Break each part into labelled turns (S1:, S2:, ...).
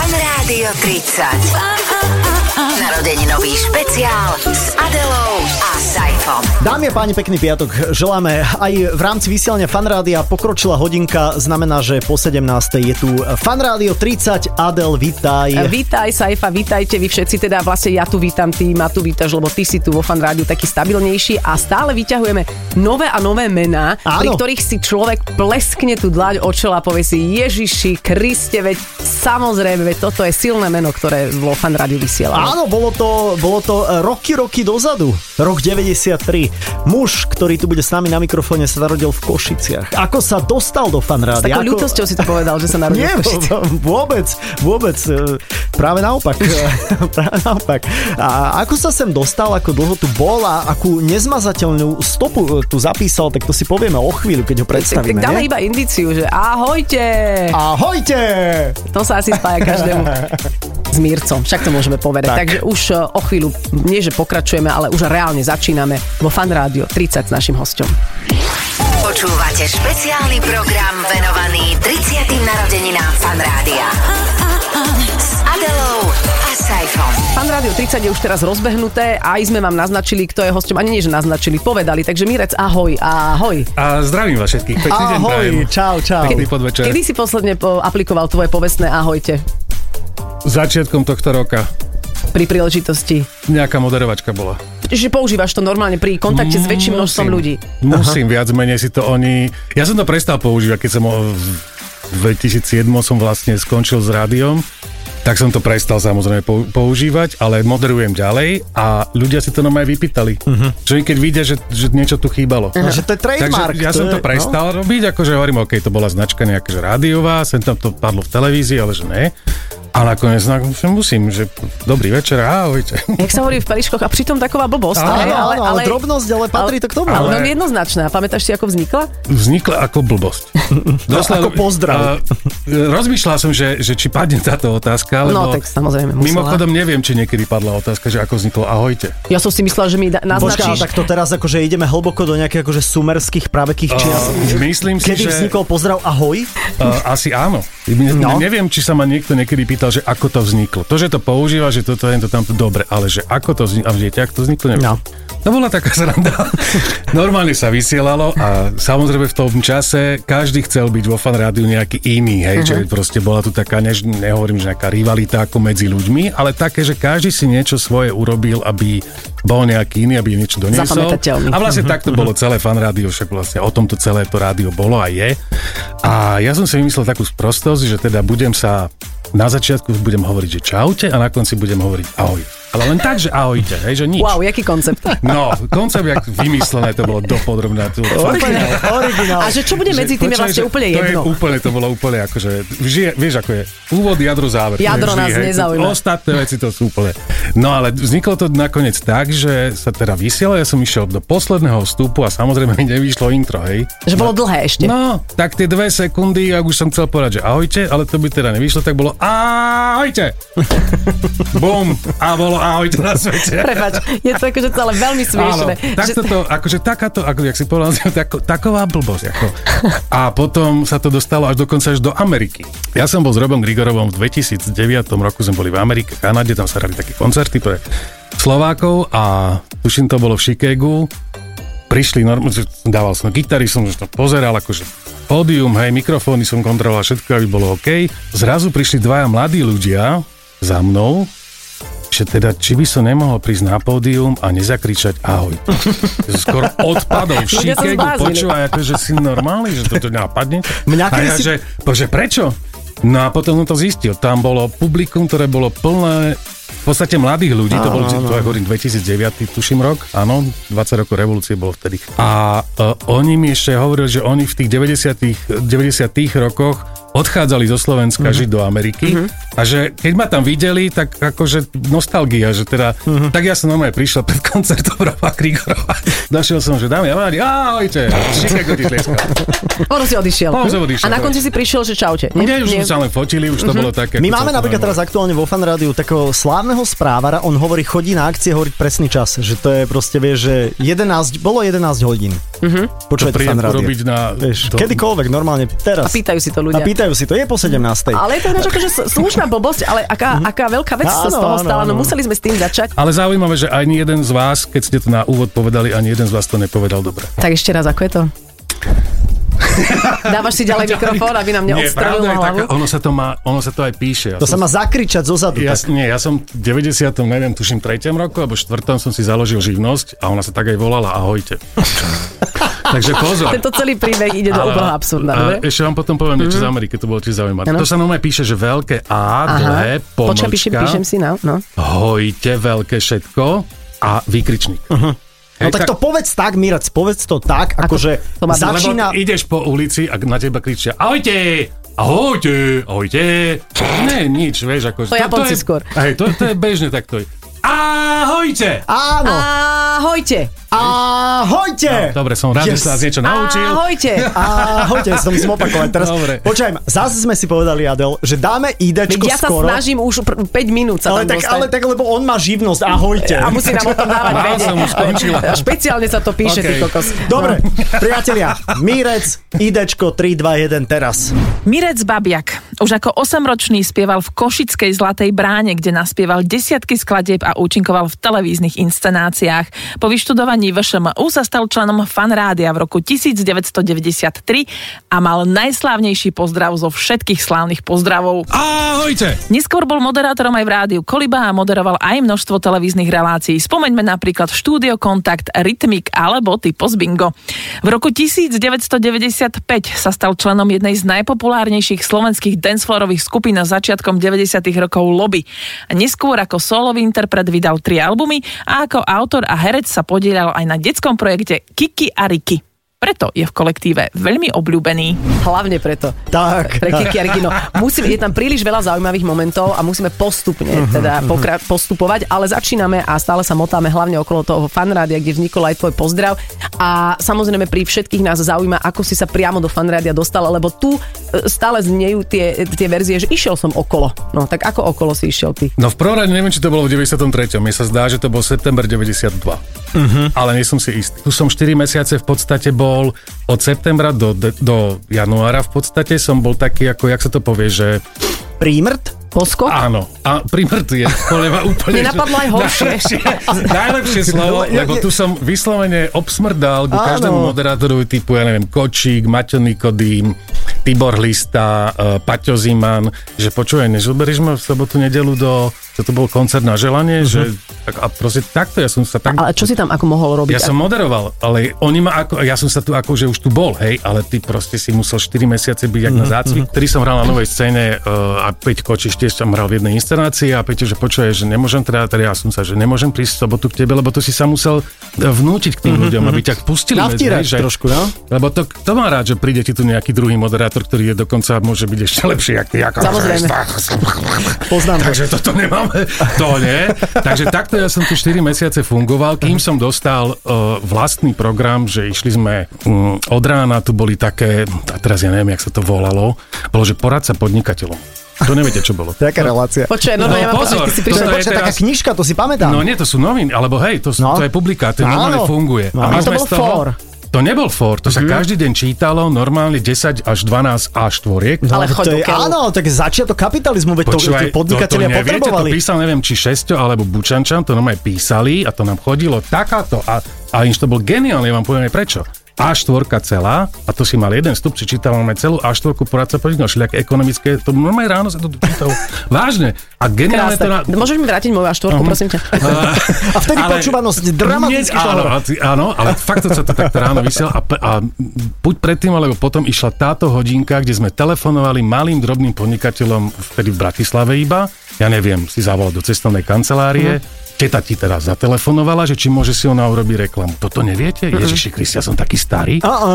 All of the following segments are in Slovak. S1: Rádio 30. Narodeninový špeciál s Adelou a Saifom.
S2: Dámy a páni, pekný piatok želáme. Aj v rámci vysielania fanrádia pokročila hodinka, znamená, že po 17. je tu fanrádio 30. Adel, vitaj.
S3: Vítaj, Saifa, vítajte vy všetci, teda vlastne ja tu vítam, ty ma tu vítaš, lebo ty si tu vo fan rádiu taký stabilnejší a stále vyťahujeme nové a nové mená, pri
S2: Áno.
S3: ktorých si človek pleskne tú dlaň od čela a povie si Ježiši, Kriste, veď samozrejme, veď toto je silné meno, ktoré vo fan rádiu vysielame.
S2: Áno, bolo to, bolo to e, roky, roky dozadu. Rok 93. Muž, ktorý tu bude s nami na mikrofóne, sa narodil v Košiciach. Ako sa dostal do
S3: S
S2: fanrádia?
S3: takou
S2: Ako...
S3: ľútosťou si to povedal, že sa narodil
S2: Nie,
S3: v Košiciach.
S2: v- vôbec, vôbec. e, Práve naopak. práve naopak. A ako sa sem dostal, ako dlho tu bol a akú nezmazateľnú stopu e, tu zapísal, tak to si povieme o chvíľu, keď ho
S3: Tak, tak
S2: predstavíme.
S3: dáme
S2: nie?
S3: iba indíciu, že ahojte,
S2: Ahojte!
S3: to sa asi spája každému. S Mírcom, však to môžeme povedať.
S2: Tak.
S3: Tak. Takže už e, o chvíľu, nie že pokračujeme, ale už reálne začíname vo Fan Rádio 30 s našim hosťom.
S1: Počúvate špeciálny program venovaný 30. narodeninám fanrádia. S Adelou a Saifom.
S3: Fan Rádio 30 je už teraz rozbehnuté, aj sme vám naznačili, kto je hosťom, ani nie, že naznačili, povedali. Takže Mirec, ahoj, ahoj.
S4: A zdravím vás všetkých. Pekný deň
S2: Ahoj,
S4: prajem.
S2: čau, čau.
S4: Pekný podvečer.
S3: Kedy si posledne po- aplikoval tvoje povestné ahojte
S4: Začiatkom tohto roka
S3: pri príležitosti?
S4: nejaká moderovačka bola.
S3: Čiže používaš to normálne pri kontakte s väčším množstvom ľudí.
S4: Musím, viac menej si to oni... Ja som to prestal používať, keď som o- v 2007 som vlastne skončil s rádiom, tak som to prestal samozrejme pou- používať, ale moderujem ďalej a ľudia si to nám aj vypýtali. Uh-huh. Čo i keď vidia, že, že niečo tu chýbalo.
S2: No, že Mhm. to je trademark.
S4: Takže ja
S2: to
S4: som
S2: je-
S4: to prestal no? robiť, akože hovorím, OK, to bola značka nejaká, že rádiová, sem tam to padlo v televízii, ale že ne. A nakoniec na- že musím, že dobrý večer, ahojte.
S3: Jak sa hovorí v peliškoch a pritom taková blbosť.
S4: Áno,
S3: hej,
S2: Áno, áno, ale drobnosť, ale patrí to k tomu.
S3: Ale, ale
S4: Ale-
S3: veľmi jednoznačná. Pamätáš si, ako vznikla?
S4: Vznikla ako blbosť.
S2: ako pozdrav.
S4: A, e, rozmýšľal som, že, že či padne táto otázka, lebo
S3: No, tak samozrejme musela.
S4: mimochodom neviem, či niekedy padla otázka, že ako vzniklo ahojte.
S3: Ja som si myslela, že mi da-
S2: Počkaj, ale
S3: naznačíš.
S2: tak to teraz akože ideme hlboko do nejakých akože sumerských pravekých čias.
S4: Uh, myslím si,
S2: Kedy
S4: že
S2: vznikol pozdrav ahoj?
S4: uh, asi áno. Ne,
S2: No.
S4: Neviem, či sa ma niekto niekedy pýtal, že ako to vzniklo. To, že to používa, že toto je to tam dobre, ale že ako to vzniklo, a viete, ako to vzniklo, neviem.
S2: No.
S4: To bola taká sranda. Normálne sa vysielalo a samozrejme v tom čase každý chcel byť vo fan rádiu nejaký iný, hej, uh-huh.
S2: Mhm.
S4: že proste bola tu taká, než, nehovorím, že nejaká rivalita ako medzi ľuďmi, ale také, že každý si niečo svoje urobil, aby bol nejaký iný, aby niečo doniesol.
S3: Zapamätateľný.
S4: A vlastne tak to bolo celé fan rádio, však vlastne o tomto celé to rádio bolo a je. A ja som si vymyslel takú sprostosť, že teda budem sa na začiatku budem hovoriť, že čaute a na konci budem hovoriť ahoj. Ale len tak, že ahojte, hej, že nič.
S3: Wow, jaký koncept.
S4: No, koncept jak vymyslené, to bolo dopodrobná. To,
S2: Originál, originál.
S3: A že čo bude medzi tým je
S4: Počkaj,
S3: vlastne
S4: No. že
S3: úplne
S4: to
S3: jedno.
S4: Je úplne, to bolo úplne akože, žije, vieš ako je, úvod, jadro, záver.
S3: Jadro
S4: To je
S3: nás
S4: vždy, hej,
S3: nezaujíma.
S4: to- Ostatné veci to sú úplne. No ale vzniklo to nakoniec tak, že sa teda vysiela, ja som išiel do posledného vstupu a samozrejme mi nevyšlo intro, hej.
S3: Že bolo dlhé ešte.
S4: No, tak tie dve sekundy, ak už som chcel povedať, že ahojte, ale to by teda nevyšlo, tak bolo ahojte. Bum. A bolo ahojte na svete.
S3: Prepač, je to akože celé veľmi smiešné.
S4: Áno, takto to, akože takáto, ako jak si povedal, tako, taková blbosť. Ako. A potom sa to dostalo až dokonca až do Ameriky. Ja som bol s Robom Grigorovom v 2009 roku, sme boli v Amerike, v Kanade, tam sa hrali také koncerty pre Slovákov a tuším to bolo v Chicagu. Prišli, normálne, dával som gitary, som už to pozeral, akože pódium, hej, mikrofóny som kontroloval, všetko, aby bolo OK. Zrazu prišli dvaja mladí ľudia za mnou, že teda, či by som nemohol prísť na pódium a nezakričať ahoj. Skoro odpadol v
S3: Ľudia sa
S4: Chicagu,
S3: zbláznili.
S4: počúvaj, akože si normálny, že toto nápadne.
S2: Mňa
S4: a
S2: kedy
S4: ja,
S2: si-
S4: že, bože, prečo? No a potom som to zistil, tam bolo publikum, ktoré bolo plné v podstate mladých ľudí, to bolo, to ja hovorím, 2009, tuším rok, áno, 20 rokov revolúcie bolo vtedy. A uh, oni mi ešte hovorili, že oni v tých 90 90 rokoch odchádzali zo Slovenska žiť do Ameriky a že keď ma tam videli, tak akože nostalgia, že teda, tak ja som normálne prišiel pred koncertom Roba Krigorova. Došiel som, že dámy a páni, ahojte, Chicago ti tlieskal.
S3: Ono si odišiel.
S4: On si odišiel,
S3: A na
S4: tak.
S3: konci si prišiel, že čaute.
S4: Nie, už sme sa len fotili, už to
S3: Mhm.
S4: bolo také.
S2: My máme
S4: ako celkom
S2: napríklad
S4: normálne.
S2: teraz aktuálne vo fan rádiu takého slávneho správara, on hovorí, chodí na akcie hovoriť presný čas, že to je proste, vieš, že 11, bolo 11 hodín. Mm-hmm. Počúvajte
S3: Mhm.
S4: Príjem
S2: fan rádio.
S4: urobiť na...
S2: Vieš,
S4: do-
S2: kedykoľvek, normálne, teraz.
S3: A pýtajú si to
S2: A
S3: ľudia.
S2: pýtajú púšťajú si to, je po 17.
S3: Ale je to ináč akože slušná blbosť, ale aká,
S4: Mhm.
S3: aká veľká vec sa
S2: Áno,
S3: z toho
S2: áno,
S3: stala, no
S2: áno.
S3: museli sme s tým začať.
S4: Ale zaujímavé, že ani jeden z vás, keď ste to na úvod povedali, ani jeden z vás to nepovedal dobre.
S3: Tak ešte raz, ako je to? Dávaš si ďalej mikrofón, aby nám
S4: Nie,
S3: neodstrelil
S4: pravda je
S3: hlavu?
S4: taká, ono sa to, má, ono sa to aj píše. Ja
S2: To sa
S4: som
S2: má zakričať zozadu.
S4: Ja,
S2: Ja,
S4: s- nie, ja som v 90. neviem, tuším, 3. roku alebo 4. som si založil živnosť a ona sa tak aj volala Ahojte. Takže pozor.
S3: Tento celý príbeh ide do úplného absurda,
S4: a
S3: dobre?
S4: ešte vám potom poviem niečo z Ameriky, to bolo tiež zaujímavé.
S3: Mhm. Áno.
S4: To sa normálne píše, že veľké A, dlhé,
S3: Počkaj, píšem, píšem
S4: pomočka,
S3: si, no. no.
S4: hojte, veľké všetko a výkričník.
S2: no tak to povedz tak, Mirac, povedz to tak, akože
S3: to má byť.
S2: začína...
S4: Lebo ideš po ulici a na teba kričia Ahojte! Ahojte! Ahojte! Ne, nič, vieš, ako...
S3: To Japonci
S4: je-
S3: skôr.
S4: Hej, to, to je bežne takto. je. Ahojte!
S2: Áno,
S3: Ahojte!
S2: ahojte!
S4: No, Dobre, som rád, že
S2: Yes.
S4: sa vás niečo naučil.
S3: Ahojte!
S2: Ahojte, som musím opakovať teraz.
S4: Dobre.
S2: Počkaj, zase sme si povedali, Adel, že dáme
S3: Veď
S2: IDčko
S3: ja sa
S2: skoro.
S3: snažím už pr- 5 minút sa
S2: ale,
S3: tam
S2: tak,
S3: dostať.
S2: ale tak, lebo on má živnosť, ahojte.
S3: A musí nám o tom dávať
S4: Mal
S3: vedieť.
S4: som, už skončila.
S3: Špeciálne sa to píše,
S4: OK.
S3: ty kokos.
S2: Dobre, priatelia, Mírec, idečko 3, 2, 1, teraz.
S5: Mirec Babiak už ako 8-ročný spieval v Košickej Zlatej bráne, kde naspieval desiatky skladieb a účinkoval v televíznych inscenáciách. Po vyštudovaní VŠMU sa stal členom fanrádia v roku 1993 a mal najslávnejší pozdrav zo všetkých slávnych pozdravov.
S4: Ahojte!
S5: Neskôr bol moderátorom aj v rádiu Koliba a moderoval aj množstvo televíznych relácií. Spomeňme napríklad Štúdio Kontakt, Rytmik alebo Typos Bingo. V roku 1995 sa stal členom jednej z najpopulárnejších slovenských dancefloorových skupín na začiatkom 90. rokov Lobby. A Neskôr ako solový interpret vydal tri albumy a ako autor a herec sa podielal aj na detskom projekte Kiki a Riki. Preto je v kolektíve veľmi obľúbený.
S3: Hlavne preto.
S2: Tak.
S3: Pre Kiki a Regino. Musím, je tam príliš veľa zaujímavých momentov a musíme postupne
S4: Mhm,
S3: teda pokra- postupovať, ale začíname a stále sa motáme hlavne okolo toho fanrádia, kde vznikol aj tvoj pozdrav. A samozrejme pri všetkých nás zaujíma, ako si sa priamo do fanrádia dostala, lebo tu e, stále znejú tie, tie verzie, že išiel som okolo. No tak ako okolo si išiel ty?
S4: No v prvom rade neviem, či to bolo v 93. Mne sa zdá, že to bol september 92. Uh-huh. Ale nie som si istý. Tu som 4 mesiace v podstate bol od septembra do, de- do januára v podstate som bol taký, ako, jak sa to povie, že
S2: Prímrt?
S3: Poskok?
S4: áno. A primrt je koleva úplne...
S3: Mne napadlo aj horšie.
S4: Najlepšie, najlepšie
S2: No,
S4: slovo,
S2: ja-
S4: lebo tu som vyslovene obsmrdal ku
S2: Áno.
S4: každému moderátorovi typu, ja neviem, Kočík, Maťo Nikodým, Tibor Lista, eh, Paťo Ziman, že počuje, než uberieš ma v sobotu, nedelu do... Čo to bol koncert na želanie, že... Tak, a proste takto, ja som sa tak...
S3: Ale čo si tam ako mohol robiť?
S4: Ja som moderoval, ale oni ma ako, ja som sa tu ako, že už tu bol, hej, ale ty proste si musel 4 mesiace byť jak na zácvik. Ktorý som hral na novej scéne uh, a Peť Kočiš tiež tam hral v jednej inscenácii a Peťo, že počuje, že nemôžem teda, teda ja som sa, že nemôžem prísť v sobotu k tebe, lebo to si sa musel eh, vnútiť k tým ľuďom, aby ťa pustili.
S2: Navtíraš
S4: že-
S2: trošku, no?
S4: Lebo to, to má rád, že príde ti tu nejaký druhý moderátor, ktorý je dokonca môže byť ešte lepší, ako ty. Ako,
S3: Samozrejme.
S2: Poznám to.
S4: Takže toto nemáme, to nie. Takže takto ja som tu 4 mesiace fungoval, kým som dostal uh, vlastný program, že išli sme um, od rána, tu boli také, a teraz ja neviem, jak sa to volalo, bolo, že poradca podnikateľom. To neviete, čo bolo.
S2: Taká relácia.
S3: Počuaj, no, no,
S4: No,
S3: ja mám
S4: pozor,
S3: pocit, ty si
S4: to
S3: prišiel...
S4: je
S2: Počkaj, taká
S4: teraz-
S2: knižka, to si pamätám.
S4: No nie, to sú noviny, alebo hej, to, sú,
S2: No.
S4: to je publikácia, to
S2: Áno.
S4: normálne funguje.
S2: No.
S4: my
S2: Ale to
S4: sme
S2: bol Mhm.
S4: z toho-
S2: fór.
S4: To nebol for, to sa každý deň čítalo normálne 10 až 12 až 4.
S3: Ale
S2: No, to
S3: choď do
S2: je,
S3: keľu.
S2: áno, tak začiatok kapitalizmu, veď to, tie podnikatelia
S4: no to, to neviete,
S2: potrebovali.
S4: To písal, neviem, či Šesťo alebo Bučančan, to normálne písali a to nám chodilo takáto. A, a inž to bol geniálne, ja vám poviem aj prečo. A4 celá, a to si mal jeden stup, si čítal máme celú A4 poradca podnikal, šliak ekonomické, to normálne ráno sa to tu čítal. Vážne. A geniálne to...
S3: Krásne.
S4: na- Mhm.
S3: Môžeš mi vrátiť moju A4, prosím ťa?
S2: A vtedy počúvanosť dramaticky
S4: Nie,
S2: šla
S4: áno,
S2: hore.
S4: a ty- áno, ale fakt to sa to takto ráno vysiel a, pe- a buď predtým, alebo potom išla táto hodinka, kde sme telefonovali malým drobným podnikateľom vtedy v Bratislave iba. Ja neviem, si zavolal do cestovnej kancelárie.
S3: Mhm.
S4: Teta ti teraz zatelefonovala, že či môže si ona urobiť reklamu. Toto neviete?
S3: Mhm.
S4: Ježiši Kriste, ja som taký starý.
S2: Á, á.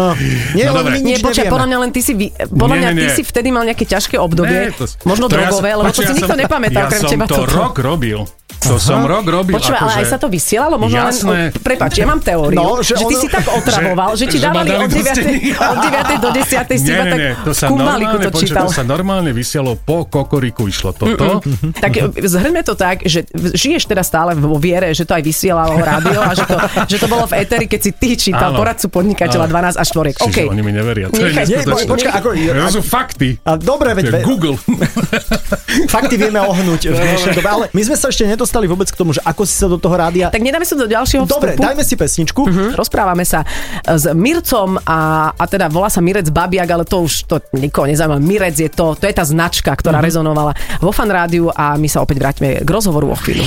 S2: Nie, no,
S4: No dobre.
S2: my nič
S3: Nie, počkaj, podľa
S2: nevieme.
S3: mňa len ty si, vy, podľa
S4: Nie,
S3: mňa
S4: nie,
S3: ty
S4: nie.
S3: si vtedy mal nejaké ťažké obdobie,
S4: Ne, to-
S3: možno
S4: to ja
S3: drogové,
S4: som-
S3: lebo to
S4: počuj,
S3: si
S4: ja
S3: nikto
S4: som-
S3: nepamätá
S4: ja
S3: okrem
S4: som
S3: teba.
S4: to
S3: toto.
S4: rok robil. To som rok robil. akože-
S3: Počúva, ale aj sa to vysielalo? Možno len...
S4: Jasné.
S3: Prepač, ja mám teóriu,
S2: No,
S3: že,
S2: že
S3: ty
S2: ono-
S3: si tak otravoval, že, ti
S4: že ma
S3: dávali
S4: dali
S3: od
S4: do
S3: 9.
S4: steny.
S3: od 9. do 10. si
S4: nie,
S3: iba
S4: nie,
S3: tak
S4: nie, to sa,
S3: v kumáliku
S4: normálne,
S3: to
S4: počuť,
S3: čítal.
S4: to sa normálne vysielo po kokoriku išlo toto.
S3: Tak zhrňme to tak, že v- žiješ teda stále vo viere, že to aj vysielalo rádio a že to, že to bolo v éteri, keď si ty čítal
S4: Áno.
S3: poradcu podnikateľa
S4: Áno.
S3: 12 až 4.
S4: Čiže
S3: Okay.
S4: oni mi neveria. To je
S3: Nechaj-
S2: Nie, po-
S4: neskutočné.
S2: počkaj, ako...
S4: To sú fakty.
S2: A dobre,
S4: To je
S2: veď,
S4: Google. No,
S2: fakty vieme ohnúť v dnešnej dobe, ale my sme sa ešte nedostali vôbec k tomu, že ako si sa do toho rádia...
S3: Tak nedáme sa do ďalšieho vstupu?
S2: Dobre, dajme si pesničku.
S3: Mhm. Rozprávame sa s Mircom a, a teda volá sa Mirec Babiak, ale to už to nikoho nezaujíma. Mirec je to, to je tá značka, ktorá rezonovala vo fan rádiu a my sa opäť vráťme k rozhovoru o chvíľu.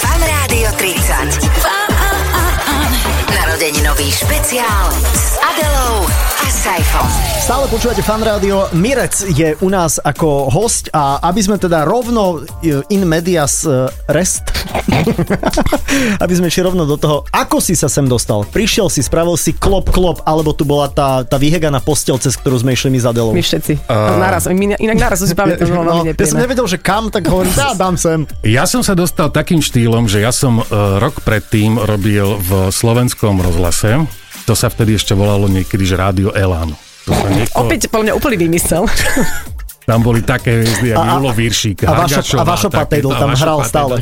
S1: Fan Rádio 30. Narodeninový špeciál s Adelou a Saifom.
S2: Stále počúvate fan rádio. Mirec je u nás ako host a aby sme teda rovno e, in medias e, rest, aby sme šli rovno do toho, ako si sa sem dostal. Prišiel si, spravil si klop klop, alebo tu bola tá, tá vyheganá postel, cez ktorú sme išli my za Delou.
S3: My všetci. Uh... Naraz, my, inak naraz to si pamätám, že
S2: No,
S3: bolo veľmi
S2: ja som
S3: nepríjemné.
S2: nevedel, že kam, tak hovorím, dá, dám sem.
S4: Ja som sa dostal takým štýlom, že ja som e, rok predtým robil v slovenskom rozhlase. To sa vtedy ešte volalo niekedy, že Rádio Elán. To sa niekto,
S3: Opäť podľa mň úplný výmysel.
S4: Tam boli také hviezdy, ako
S2: A- a-
S4: Julo Viršík,
S2: a Vašo-
S4: Hargačová,
S2: a Vašo
S4: takéto,
S2: Patejdl tam
S4: a Vašo
S2: hral
S4: Patejdl.
S2: stále.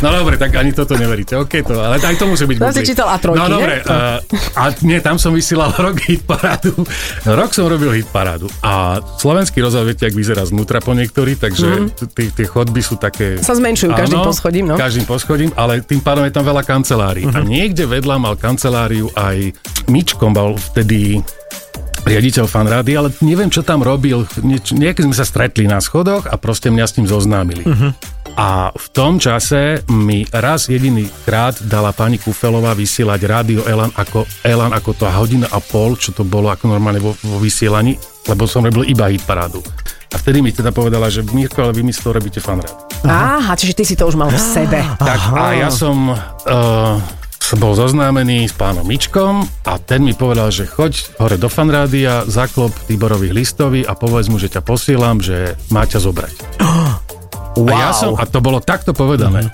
S4: No dobre, tak ani toto neveríte. OK, to, ale aj to musí byť
S3: Tam si
S4: bublik.
S3: čítal A3,
S4: No
S3: nie?
S4: dobre, uh, a nie, tam som vysielal rok hitparádu. Rok som robil hitparádu. A slovenský rozhľad, viete, ak vyzerá znútra po niektorí, takže t- tí- tie chodby sú také...
S3: Mhm. Sa zmenšujú každým
S4: Áno,
S3: poschodím, no. Mhm.
S4: Každým poschodím, ale tým pádom je tam veľa kancelárií. A niekde vedľa mal kanceláriu aj Mičkom, bol vtedy riaditeľ fan rády, ale neviem, čo tam robil. Nieč, niekedy sme sa stretli na schodoch a proste mňa s ním zoznámili.
S3: Mhm.
S4: Uh-huh. A v tom čase mi raz jediný krát dala pani Kufelová vysielať rádio Elan ako, Elan ako to hodina a pol, čo to bolo ako normálne vo, vo vysielaní, lebo som robil iba hit parádu. A vtedy mi teda povedala, že Mirko, ale vy mi z toho robíte fan rád.
S3: Aha, čiže ty si to už mal v sebe.
S4: Tak a ja som uh, bol zoznámený s pánom Mičkom a ten mi povedal, že choď hore do fanrádia, zaklop Tiborovi listovi a povedz mu, že ťa posielam, že má ťa zobrať.
S2: Wow.
S4: A, ja som, a to bolo takto povedané.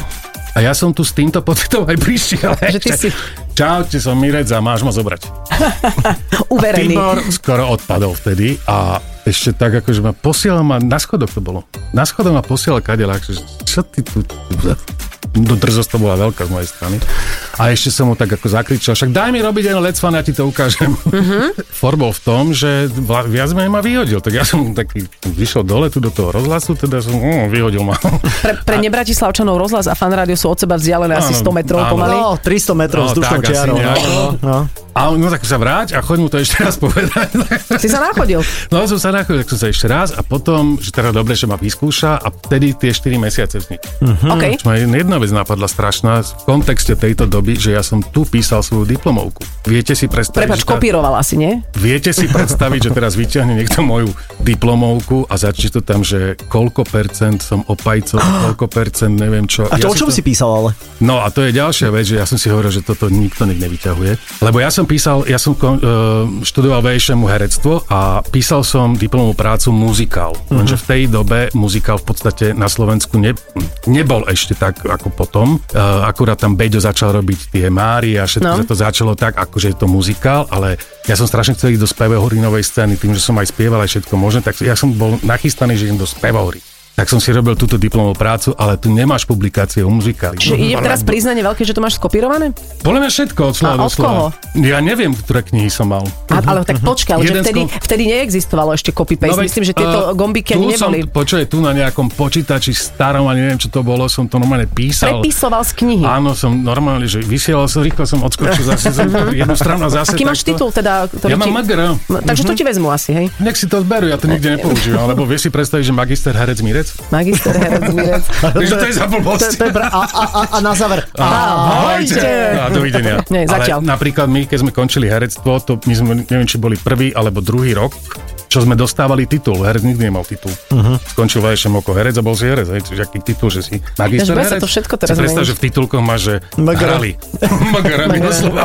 S4: A ja som tu s týmto pocitom aj prišiel.
S3: Mhm. Že ty si-
S4: Čaute, som Mirec a máš ma zobrať.
S3: Uverený.
S4: Tibor skoro odpadol vtedy a ešte tak, akože ma posielal ma, na schodoch to bolo, na schodoch ma posielal kadelák, že čo ty tu... No drzosť to bola veľká z mojej strany. A ešte som mu tak ako zakričal, však daj mi robiť jeden let's fun, ja ti to ukážem. For bol v tom, že vla- viac menej ma vyhodil, tak ja som taký vyšiel dole tu do toho rozhlasu, teda som mm, vyhodil ma.
S3: Pre, pre nebratislavčanov rozhlas a fan rádio sú od seba vzdialené asi
S4: Áno,
S3: 100 metrov
S4: áno.
S3: pomaly.
S2: No, 300 metrov
S4: No,
S2: vzdušnou
S4: tak asi
S2: čiarou.
S4: nejak,
S2: no. No.
S4: A on, no tak sa vráť a choď mu to ešte raz povedať.
S3: Si sa nachodil.
S4: No som sa nachodil, tak som sa ešte raz a potom, že teda dobre, že ma vyskúša a vtedy tie 4 mesiace vznikli.
S3: OK.
S4: Čo ma jedna vec napadla strašná v kontexte tejto doby, že ja som tu písal svoju diplomovku. Viete si predstaviť,
S3: Prepač,
S4: že tá-
S3: kopíroval asi, nie?
S4: viete si predstaviť, že teraz vyťahne niekto moju diplomovku a začne to tam, že koľko percent som opajcov, koľko percent neviem čo.
S2: A čo, o čom
S4: to...
S2: si písal ale?
S4: No a to je ďalšia vec, že ja som si hovoril, že toto nikto nik nevyťahuje. Lebo ja som písal, ja som kon, e, študoval VŠMu herectvo a písal som diplomovú prácu muzikál. Lenže v tej dobe muzikál v podstate na Slovensku ne, nebol ešte tak ako potom. E, akurát tam Beďo začal robiť tie Mári a všetko
S3: No.
S4: sa to začalo tak, akože je to muzikál, ale ja som strašne chcel ísť do spevohorinovej scény, tým, že som aj spieval aj všetko možné, tak ja som bol nachystaný, že idem do spevohry. Tak som si robil túto diplomovú prácu, ale tu nemáš publikácie o muzikáli.
S3: Čiže ide
S4: Ale-
S3: teraz priznanie veľké, že to máš skopírované?
S4: podľa mňa všetko od slova
S3: A
S4: do
S3: od
S4: slova. Ja neviem, ktoré knihy som mal.
S3: A, ale tak počkaj, ale že
S4: Jeden
S3: vtedy,
S4: skop-
S3: vtedy neexistovalo ešte copy-paste.
S4: mhm. veď,
S3: Myslím, že tieto
S4: eh,
S3: gombiky
S4: tu
S3: ani
S4: som,
S3: neboli.
S4: Počuj, tu na nejakom počítači starom, a neviem, čo to bolo, som to normálne písal.
S3: Prepisoval z knihy.
S4: Áno, som normálne, že vysielal som, rýchlo som odskočil zase za jednu stranu a zase
S3: Aký máš titul
S4: takto.
S3: teda? Ktorý
S4: Ja mám Mhm.
S3: ti...
S4: MGR.
S3: M- Takže to ti vezmu asi, hej?
S4: Nech si to zberú, ja to nikde nepoužívam, lebo vieš si predstaviť, že magister herec Mirec?
S3: Magister herec Mirec.
S4: Takže to je za
S2: To,
S4: blbosť.
S2: to je br- a, a, a, a na záver.
S3: Ahojte.
S4: No A dovidenia.
S3: Nie, zatiaľ.
S4: Ale napríklad my, keď sme končili herectvo, to my sme, neviem, či boli prvý alebo druhý rok, čo sme dostávali titul. Herec nikdy nemal titul. Uh-huh. Skončil vajšem ako herec a bol si herec. Hej, čiže aký titul, že si magister
S3: bude sa
S4: herec.
S3: to všetko teraz
S4: si predstav,
S3: meniť.
S4: že v titulkoch máš, že
S2: Magara.
S4: hrali. Magara, my
S3: Magara.
S4: doslova.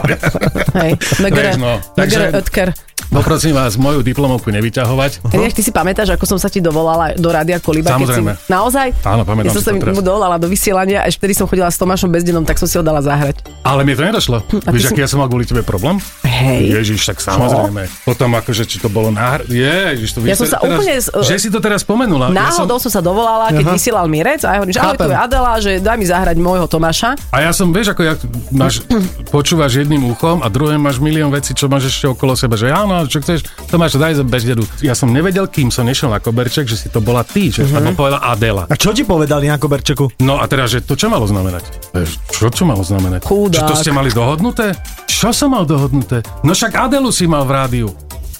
S3: Hej. Megere,
S4: Vieš, no,
S3: Megere
S4: takže-
S3: Ötker.
S4: Poprosím vás moju diplomovku nevyťahovať.
S3: Ináč, ty si pamätáš, ako som sa ti dovolala do rádia Koliba?
S4: No. Samozrejme.
S3: Keď si... Naozaj?
S4: Áno, pamätám
S3: Ja som
S4: si
S3: sa
S4: to teraz.
S3: mu dovolala do vysielania, až vtedy som chodila s Tomášom Bezdenom, tak som si ho dala zahrať.
S4: Ale mne to nedošlo.
S3: Hm, a ty
S4: Víš, aký
S3: si-
S4: ja som mal kvôli tebe problém?
S3: Hej.
S4: Ježiš, tak samozrejme. Potom akože, či to bolo náhr... Ježiš, to
S3: Ja
S4: vidíš
S3: som sa
S4: teraz,
S3: úplne z-
S4: Že si to teraz spomenula.
S3: Náhodou
S4: Ja som,
S3: som... som sa dovolala, keď
S2: Aha.
S3: vysielal Mirec a ja hovorím, že ahoj, tu
S2: Chápem.
S3: je Adela, že daj mi zahrať môjho Tomáša.
S4: a ja som, vieš, ako ja máš, počúvaš jedným uchom a druhé máš milión vecí, čo máš ešte okolo seba, že áno, čo chceš, to máš, daj za bezdedu. Ja som nevedel, kým som nešiel na koberček, že si to bola ty, že mm-hmm. to povedala Adela.
S2: A čo ti povedali na koberčeku?
S4: No a teraz, že to čo malo znamenať? Vieš, Čo čo malo znamenať?
S3: Chudák.
S4: Že to ste mali dohodnuté? Čo som mal dohodnuté? No však Adelu si mal v rádiu.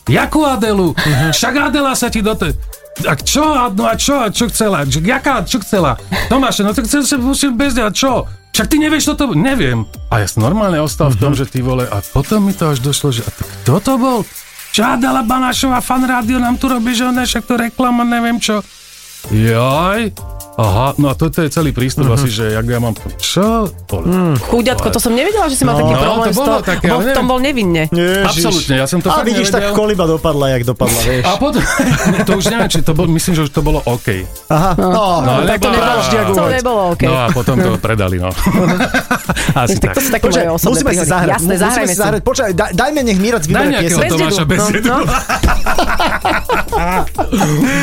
S4: Jakú Adelu? Však Adela sa ti dote... A čo? A- No a čo? A čo chcela? Čo- Jaká? Čo chcela? Tomáše, no tak chcel sa musím bez a čo? Však ty nevieš, čo to... Neviem. A ja som normálne ostal v tom, že ty vole... A potom mi to až došlo, že a to, kto to bol? Čo Adela Banášová fan rádio nám tu robí, že ona je však to reklama, neviem čo. Jaj. Aha, no a toto je celý prístup asi, že jak ja mám... Čo? Mm.
S3: Chudiatko, to som nevedela, že si mal
S4: No,
S3: taký
S4: no,
S3: problém
S4: to
S3: s
S4: bolo
S3: to,
S4: také,
S3: bo
S4: ale
S3: v tom
S4: neviem.
S3: bol nevinne.
S2: Ježiš.
S4: Absolútne, ja som to
S2: A
S4: fakt
S2: vidíš, tak
S4: nevedel.
S2: koliba dopadla, jak dopadla, vieš.
S4: A No, potom, to už neviem, či to bol, myslím, že už to bolo OK.
S2: Aha, no, no,
S4: ale
S2: tak to nebolo
S4: nebolo.
S2: Mhm. vždy ako
S3: To
S2: vôbec.
S3: nebolo OK.
S4: No a potom to predali, no. Asi
S3: tak
S4: tak.
S3: to sú také
S2: No, Počkaj,
S3: moje osobné
S2: musíme si
S3: príhody.
S2: zahrať.
S3: Jasné,
S2: musíme
S3: zahrajme
S2: si zahrať. Počkaj, daj, dajme nech Mirac
S4: Daj
S2: vybere
S4: nejakého
S2: pieseň.
S3: Bez
S4: Tomáša
S3: dedu.
S4: bez
S3: No,
S4: dedu.
S3: no.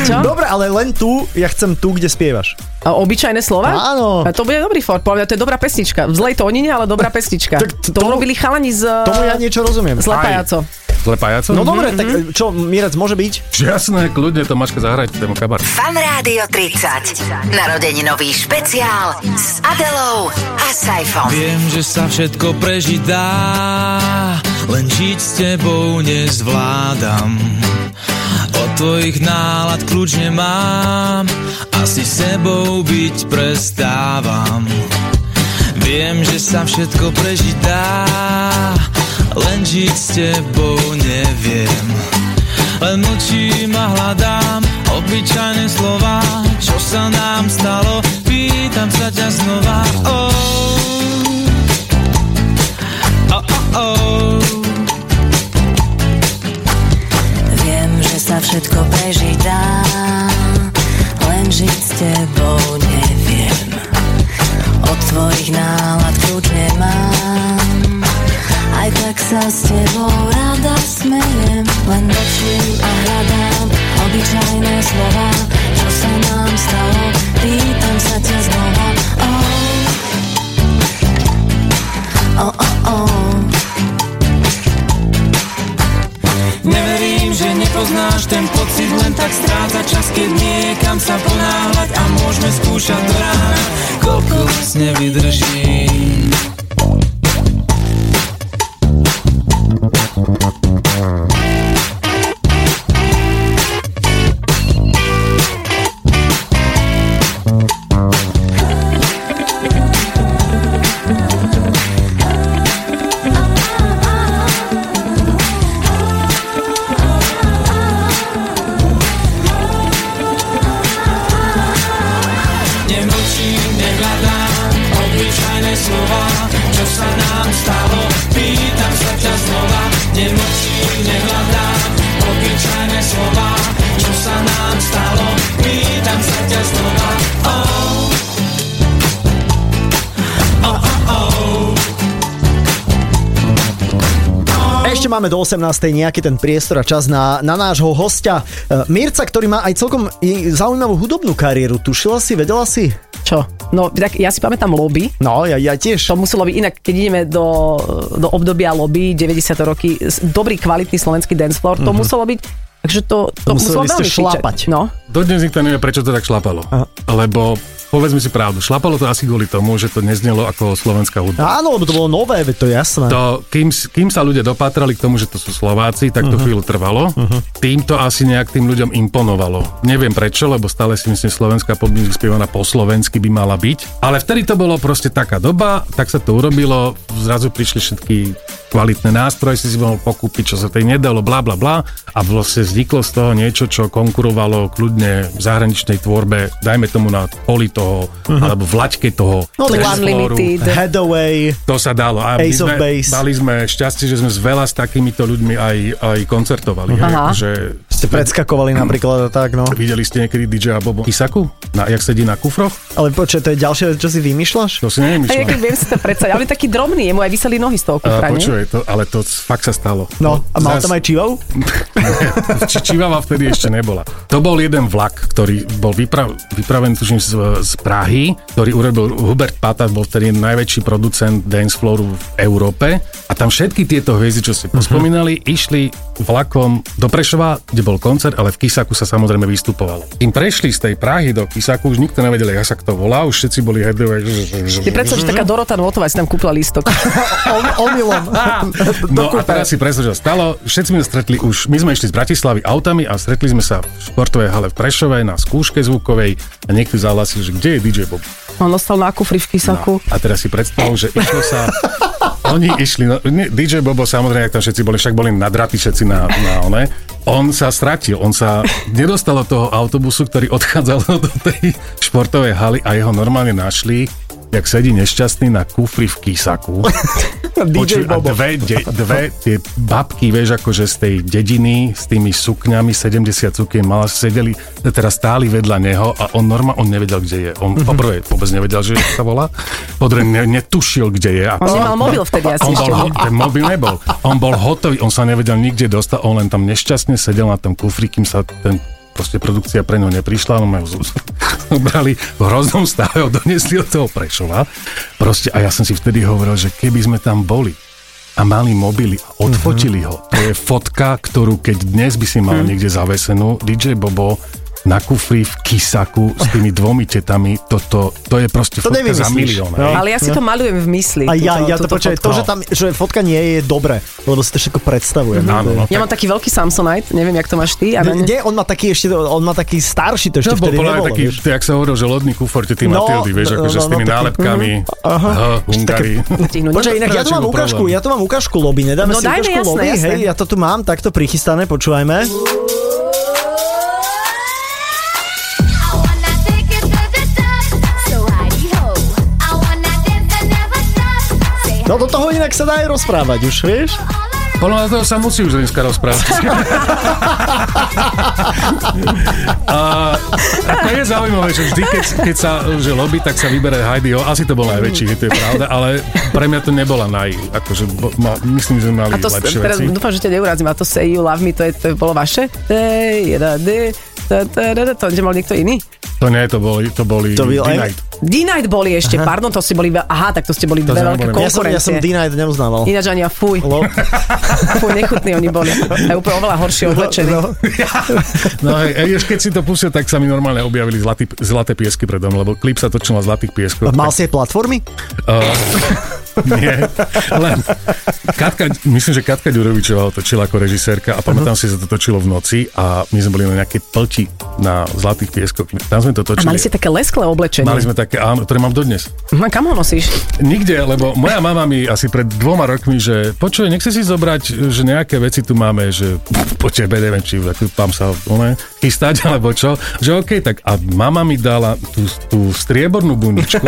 S3: Čo?
S2: Dobre, ale len tu, ja chcem tu, kde spievaš.
S3: A obyčajné slova?
S2: Áno.
S3: A to bude dobrý for, podľa mňa to je dobrá pesnička. V zlej tónine, ale dobrá pesnička.
S2: Tak
S3: to,
S2: to-
S3: to robili chalani z...
S2: Tomu ja niečo rozumiem.
S3: Z Lepajaco.
S4: Lepajaco?
S2: No dobre, tak čo, Mirac môže byť?
S4: Jasné, kľudne Tomáška zahrať ten kabar.
S1: Fan Rádio 30. Narodeninový špeciál s Adelou a Saifom.
S6: Viem, že sa všetko prežiť dá, len žiť s tebou nezvládam. Od tvojich nálad kľúč nemám, asi s sebou byť prestávam. Viem, že sa všetko prežiť dá, len žiť s tebou neviem. Len mlčím a hľadám obyčajné slova, čo sa nám stalo, pýtam sa ťa znova. Oh. Oh, oh, oh.
S7: Viem, že sa všetko prežiť dá, len žiť s tebou neviem. Od tvojich nálad kľúč nemám, aj tak sa s tebou rada smejem. Len nočím a hľadám obyčajné slova, čo sa nám stalo, pýtam sa ťa znova. Oh, oh, oh, oh.
S6: Neverím, že nepoznáš ten pocit, len tak stráca čas, keď niekam sa ponáhľať a môžeme skúšať do rána, koľko vlastne vydržím. Nemlčím, nehľadám obyčajné slova, čo sa nám stalo, pýtam sa ťa znova. Nemlčím, nehľadám obyčajné slova, čo sa nám stalo, pýtam sa ťa znova. Oh.
S2: Ešte máme do 18. nejaký ten priestor a čas na, na nášho hostia. E, Mirca, ktorý má aj celkom i- zaujímavú hudobnú kariéru. Tušila si, vedela si?
S3: Čo? No, tak ja si pamätám lobby.
S2: No, ja, ja tiež.
S3: To muselo byť inak, keď ideme do, do obdobia lobby 90. roky, s- dobrý kvalitný slovenský dancefloor, to muselo byť, takže to, to,
S2: Mhm. museli
S3: muselo
S2: ste
S3: veľmi
S2: šlápať.
S3: kričať. No,
S4: Dodnes nikto nevie, prečo to tak šlapalo.
S2: Aha.
S4: Lebo, povedzme si pravdu, šlapalo to asi kvôli tomu, že to neznelo ako slovenská hudba.
S2: Áno, lebo to bolo nové, veď to je jasné.
S4: To, kým, s- kým sa ľudia dopatrali k tomu, že to sú Slováci, tak to uh-huh. chvíľu trvalo. Uh-huh. Týmto asi nejak tým ľuďom imponovalo. Neviem prečo, lebo stále si myslím, že slovenská pop music spievaná po slovensky by mala byť. Ale vtedy to bolo proste taká doba, tak sa to urobilo, zrazu prišli všetky kvalitné nástroje si si mohol pokúpiť, čo sa tej nedalo, bla bla bla. A vlastne vzniklo z toho niečo, čo konkurovalo kľudne v zahraničnej tvorbe, dajme tomu na poli toho, alebo v laťke toho.
S2: No, tak
S4: folkloru.
S3: Unlimited.
S2: Headaway.
S4: To sa dalo. A
S2: Ace of
S4: my sme,
S2: Base.
S4: Mali sme šťastie, že sme s veľa s takýmito ľuďmi aj, aj koncertovali. Hej,
S3: Aha.
S4: že
S2: Ste predskakovali napríklad a tak, no.
S4: videli ste niekedy DJ Bobo Kisaku? Na, jak sedí na kufroch?
S2: Ale počkaj, to je ďalšie, čo si vymýšľaš?
S4: To si
S3: A ja keď
S4: nevymýšľam.
S3: viem si to predstaviť, ale taký drobný, jemu aj vyseli nohy z toho
S4: A
S3: kufra, nie?
S4: počuje, to, ale to fakt sa stalo.
S2: No, a mal
S4: Zas-
S2: tam aj čivov?
S4: Či- Čivava vtedy ešte nebola. To bol jeden vlak, ktorý bol vyprav, vypravený tuším z, z Prahy, ktorý urobil Hubert Pata, bol vtedy najväčší producent danceflooru v Európe a tam všetky tieto hviezdy, čo ste pospomínali, išli vlakom do Prešova, kde bol koncert, ale v Kisaku sa samozrejme vystupovalo. Im prešli z tej Prahy do Kisaku, už nikto nevedel, jak sa kto volá, už všetci boli hedové.
S3: Ty predstav, že taká Dorota Notová si tam kúpla lístok.
S2: Omylom.
S4: No a teraz si predstav, čo sa stalo. Všetci sme sa stretli už, my sme išli z Bratislavy autami a stretli sme sa v športovej hale v Prešove na skúške zvukovej a niekto zahlasil, že kde je DJ Bob.
S3: On ostal na kufri v
S4: No.
S3: kysaku.
S4: A teraz si predstav, že išlo sa... Oni išli, no, nie, DJ Bobo samozrejme, ak tam všetci boli, však boli nadraty všetci na, na one. On sa stratil, on sa nedostal do toho autobusu, ktorý odchádzal do tej športovej haly a jeho normálne našli, jak sedí nešťastný na kufri v Kisaku.
S2: DJ
S4: Počuj, a
S2: Bobo.
S4: dve, de, dve tie babky, vieš, akože z tej dediny s tými sukňami, 70 sukien mala, sedeli, teda stáli vedľa neho a on norma, on nevedel, kde je. On
S3: Mhm.
S4: poprvé vôbec nevedel, že sa volá, po druhé ne, netušil, kde je. A
S3: On nemal mobil vtedy asi
S4: on
S3: ešte.
S4: bol, ho- ten mobil nebol. On bol hotový, on sa nevedel nikde dostať, on len tam nešťastne sedel na tom kufri, kým sa ten proste produkcia pre ňo neprišla, no majú brali v hroznom stave, ho donesli od toho Prešova. Proste, a ja som si vtedy hovoril, že keby sme tam boli a mali mobily a
S2: Mhm.
S4: odfotili ho, to je fotka, ktorú keď dnes by si mal niekde zavesenú, DJ Bobo na kufri v Kisaku s tými dvomi tetami, toto, to je proste
S2: To
S4: fotka
S2: nevymyslíš.
S4: za milión.
S2: No.
S4: hej.
S3: Ale ja si to malujem v mysli.
S2: A ja,
S3: túto-
S2: ja to
S3: túto
S2: počujem, to,
S3: fotku.
S2: že tam, že fotka nie je dobre, lebo si to všetko predstavujem.
S4: Áno, no,
S3: Ja mám taký veľký Samsonite, neviem, jak to máš ty. A na ne...
S2: Nie, on má taký ešte, on má taký starší, to ešte
S4: To bol
S2: vtedy
S4: bol aj
S2: nebolo.
S4: No, taký,
S2: vieš.
S4: to, jak sa hovoril, že lodný kufor, tie
S2: No,
S4: Matildy, vieš,
S2: no,
S4: akože
S2: no,
S4: s
S2: no,
S4: tými
S2: taký-
S4: nálepkami,
S2: aha.
S4: H, Hungary.
S3: Stihnúť.
S2: Počkaj, inak ja tu
S4: Prečo
S2: mám
S4: bol
S2: ukážku,
S4: problém?
S2: ja tu mám ukážku lobby, nedáme
S3: No
S2: si
S3: dajme,
S2: ukážku
S3: jasné,
S2: lobby,
S3: jasné.
S2: hej, ja to tu mám takto prichystané, počúvajme.
S8: Oh, I wanna take it to the top, so hidey ho. I wanna dance and never stop. Say
S2: No do toho inak sa dá aj rozprávať už, vieš?
S8: all around.
S4: Podľa mňa toho sa musí už dneska rozprávať. a, a to je zaujímavé, že vždy, keď, keď sa že lobby, tak sa vybere Heidi O. Asi to bol najväčší hit, to je pravda, ale pre mňa to nebola naj... Akože, bo, ma, myslím, že mali
S3: A to s-
S4: lepšie
S3: teraz no-
S4: veci.
S3: dúfam, že ťa neurazím, a to Say You Love Me, to, je, to bolo vaše? Hey, jeda, de, ta, ta, da, da, to že mal niekto iný?
S4: To nie, to boli, to boli
S2: To byl
S4: The
S2: aj-
S4: Night.
S3: D-Night boli ešte, Aha. pardon, to ste boli, veľ- aha, tak to ste boli
S4: To
S3: dve
S4: sme
S3: veľké
S4: neboli.
S2: Ja som, ja som
S3: konkurencie.
S2: D-Night neuznával.
S3: Ináč ani ja, fuj,
S2: Lo-
S3: fuj, nechutní oni boli. Aj úplne oveľa horšie oblečení.
S2: No,
S4: No hej, hej, ešte keď si to pustil, tak sa mi normálne objavili zlatý, zlaté piesky predo mnou, lebo klip sa točil na zlatých pieskoch.
S2: mal si aj platformy?
S4: Uh, nie, len Katka, myslím, že Katka Ďurovičová ho točila ako režisérka a pamätám si, že sa to točilo v noci a my sme boli na nejakej plti na Zlatých pieskoch. Tam sme to
S3: A
S4: točili.
S3: mali ste také lesklé oblečenie.
S4: Mali sme také, áno, ktoré mám dodnes.
S3: No, kam ho nosíš?
S4: Nikde, lebo moja mama mi asi pred dvoma rokmi, že počuj, nechce si zobrať, že nejaké veci tu máme, že po tebe neviem, či ako mám sa one, chystať alebo čo, že OK, tak a mama mi dala tú, tú striebornú bundičku,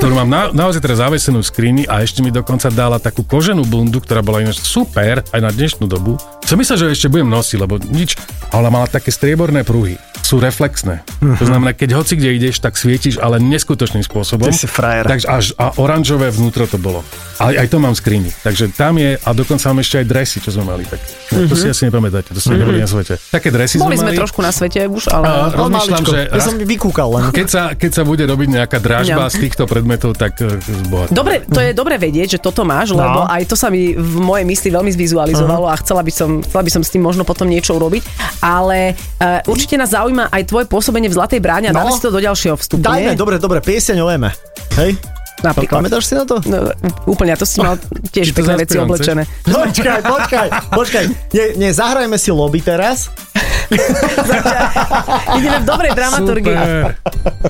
S4: ktorú mám na, naozaj teraz zavesenú v skrini a ešte mi dokonca dala takú koženú bundu, ktorá bola ináč super aj na dnešnú dobu. Som myslel, že ešte budem nosiť, lebo nič, ale mala také strieborné pruhy sú reflexné.
S2: Mhm.
S4: To znamená, keď hoci kde ideš, tak svietiš, ale neskutočným spôsobom.
S2: Ty si frajer.
S4: Takže až a oranžové vnútro to bolo. A aj to mám v skrini. Takže tam je, a dokonca mám ešte aj dresy, čo sme mali. Tak, no, to si asi nepamätáte, to sme neboli na svete. Také dresy
S3: Boli
S4: Mhm. sme
S3: sme
S4: mali.
S3: trošku na svete už, ale...
S4: A
S2: No,
S4: rozmýšľam,
S2: maličko.
S4: že
S2: Ja
S4: raz,
S2: som vykúkal len.
S4: keď, sa, keď sa bude robiť nejaká dražba
S3: No.
S4: z týchto predmetov, tak eh, zbohatí.
S3: Dobre, to je dobre vedieť, že toto máš,
S2: No.
S3: lebo aj to sa mi v mojej mysli veľmi zvizualizovalo
S4: Mhm.
S3: a chcela by, som, chcela by som s tým možno potom niečo urobiť, ale uh, určite nás zaujíma aj tvoje pôsobenie v Zlatej bráne a
S2: No.
S3: dáme si to do ďalšieho vstupu.
S2: Dajme,
S3: nie?
S2: dobre, dobre, pieseň o Eme. Hej?
S3: Napríklad.
S2: Pamätáš si na to?
S3: No, úplne, a to si mal tiež
S4: Ty to
S3: pekné veci
S4: zaspievam,
S3: oblečené.
S2: Počkaj, počkaj, počkaj. Nie, nie, zahrajme si lobby teraz.
S3: Ideme v dobrej dramaturgii.
S4: Super.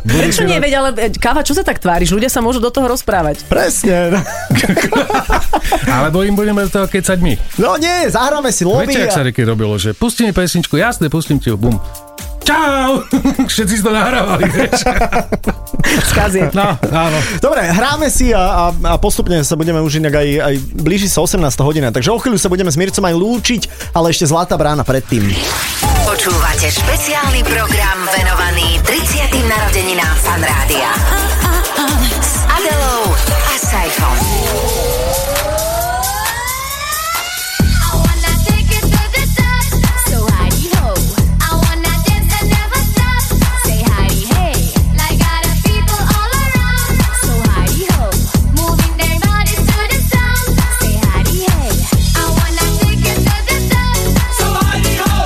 S3: Prečo nie, veď, ale e, káva, čo sa tak tváriš? Ľudia sa môžu do toho rozprávať.
S2: Presne.
S4: Alebo im budeme do toho kecať my.
S2: No nie, zahráme si lobby.
S4: Viete, ak sa
S2: a-
S4: reky robilo, že pustíme pesničku, jasne, pustím ti ju, bum. Čau! Všetci si to nahrávali, vieš.
S3: Skazie.
S4: No, áno.
S2: Dobre, hráme si a, a, a postupne sa budeme už inak aj, aj blíži sa 18. hodina, takže o chvíľu sa budeme s Mircom aj lúčiť, ale ešte zlatá brána predtým.
S1: Počúvate špeciálny program venovaný 30. narodeninám Fan Rádia. S Adelou a Saifom.
S8: I wanna take it to the top, so hidey ho. I wanna dance and never stop. Say hidey hey, like other people all around. So hidey ho, moving their bodies to the sound. Say hidey hey, I wanna take it to the top, so hidey ho.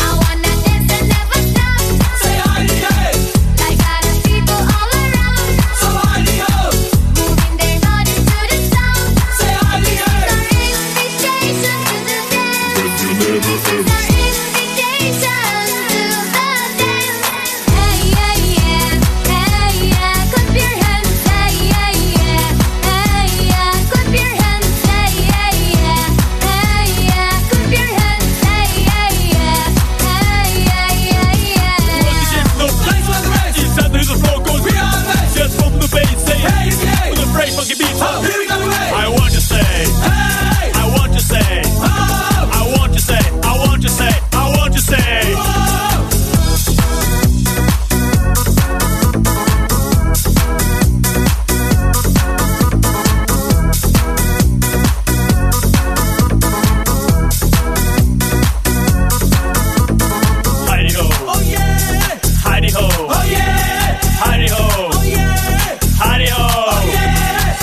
S8: I wanna dance and never stop. Say hidey hey, like other people all around. So hidey ho, moving their bodies to the sound. Say hidey hey, invitation to the dance.
S9: I want to say, hey! I want to say, I want to say, I want to say, I want to say. Heidi ho. Oh yeah. Heidi ho. Oh yeah. Heidi ho. Oh yeah. Heidi ho. Oh yeah.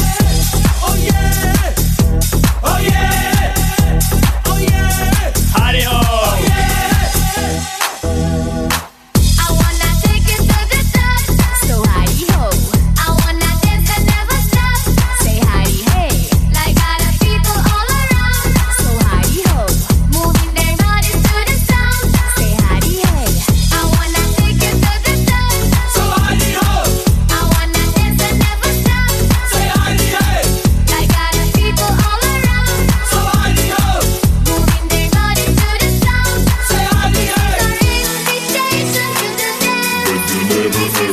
S9: Oh yeah. Oh yeah. Oh yeah. Heidi ho. Oh yeah.
S8: I wanna take it to the top, so hidey ho. I wanna dance and never stop. Say hidey hey, like other people all around. So hidey ho, moving their bodies to the sound. Say hidey hey, I wanna take it to the top, so hidey ho. I wanna dance and never stop. Say hidey hey, like other people all around. So hidey ho, moving their bodies to the sound. Say hidey hey, invitation to the dance.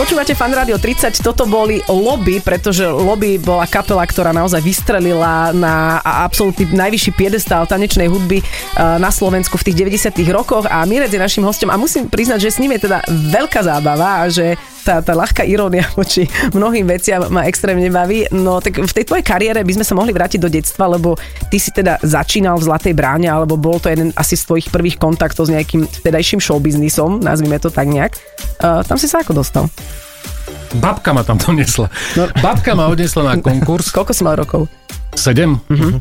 S3: Počúvate Fan Radio 30, toto boli Lobby, pretože Lobby bola kapela, ktorá naozaj vystrelila na a- absolútny najvyšší piedestál tanečnej hudby e, na Slovensku v tých 90 rokoch a Mirec je našim hostom a musím priznať, že s ním je teda veľká zábava a že tá, tá ľahká irónia voči mnohým veciam ma extrémne baví. No tak v tej tvojej kariére by sme sa mohli vrátiť do detstva, lebo ty si teda začínal v Zlatej bráne, alebo bol to jeden asi z tvojich prvých kontaktov s nejakým vtedajším showbiznisom, nazvime to tak nejak. E, tam si sa ako dostal?
S4: Babka ma tam donesla. Babka ma odnesla na konkurs.
S3: Koľko si mal rokov?
S4: 7.
S3: Mhm.
S4: Mhm.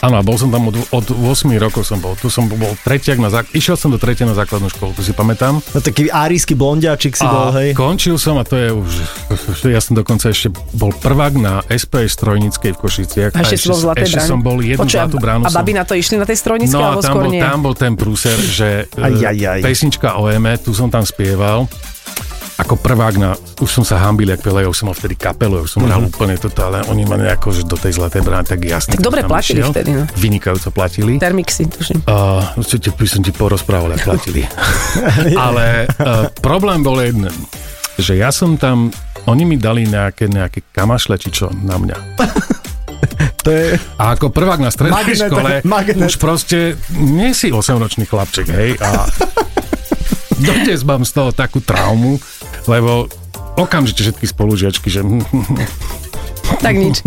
S4: Áno, a bol som tam od, od 8 rokov som bol. Tu som bol tretiak na zák- Išiel som do tretia na základnú školu, tu si pamätám.
S2: No taký árijský blondiačik si bol, hej.
S4: končil som a to je už... Ja som dokonca ešte bol prvák na SPS Trojnickej v Košiciach.
S3: A ešte si bol v Zlatej
S4: ešte
S3: bráne.
S4: som bol jednu
S3: Počuj, a-
S4: zlatú bránu.
S3: A
S4: som-
S3: babi na to išli na tej strojnici,
S4: No a
S3: alebo
S4: tam
S3: skôr
S4: bol,
S3: nie?
S4: tam bol ten prúser, že
S2: Aj,
S4: e,
S2: aj, aj.
S4: pesnička o Eme, tu som tam spieval ako prvák na, už som sa hambil, jak Pelejov, som mal vtedy kapelu, ja už som hral
S2: Mhm.
S4: úplne toto, ale oni ma nejako, že do tej zlatej brány, tak
S3: Tak
S4: jasne. som
S3: dobre
S4: tam
S3: platili
S4: išiel.
S3: vtedy, no.
S4: Vynikajúco platili.
S3: Termixy, tuším.
S4: Uh, určite by som ti porozprával, ak platili. Ale uh, problém bol jeden, že ja som tam, oni mi dali nejaké, nejaké kamašle, či čo, na mňa.
S2: To je...
S4: A ako prvák na strednej
S2: Magnet,
S4: škole
S2: magnet.
S4: už proste nie si 8-ročný chlapček, hej, a dodnes mám z toho takú traumu, lebo okamžite všetky spolužiačky, že
S3: Tak nič.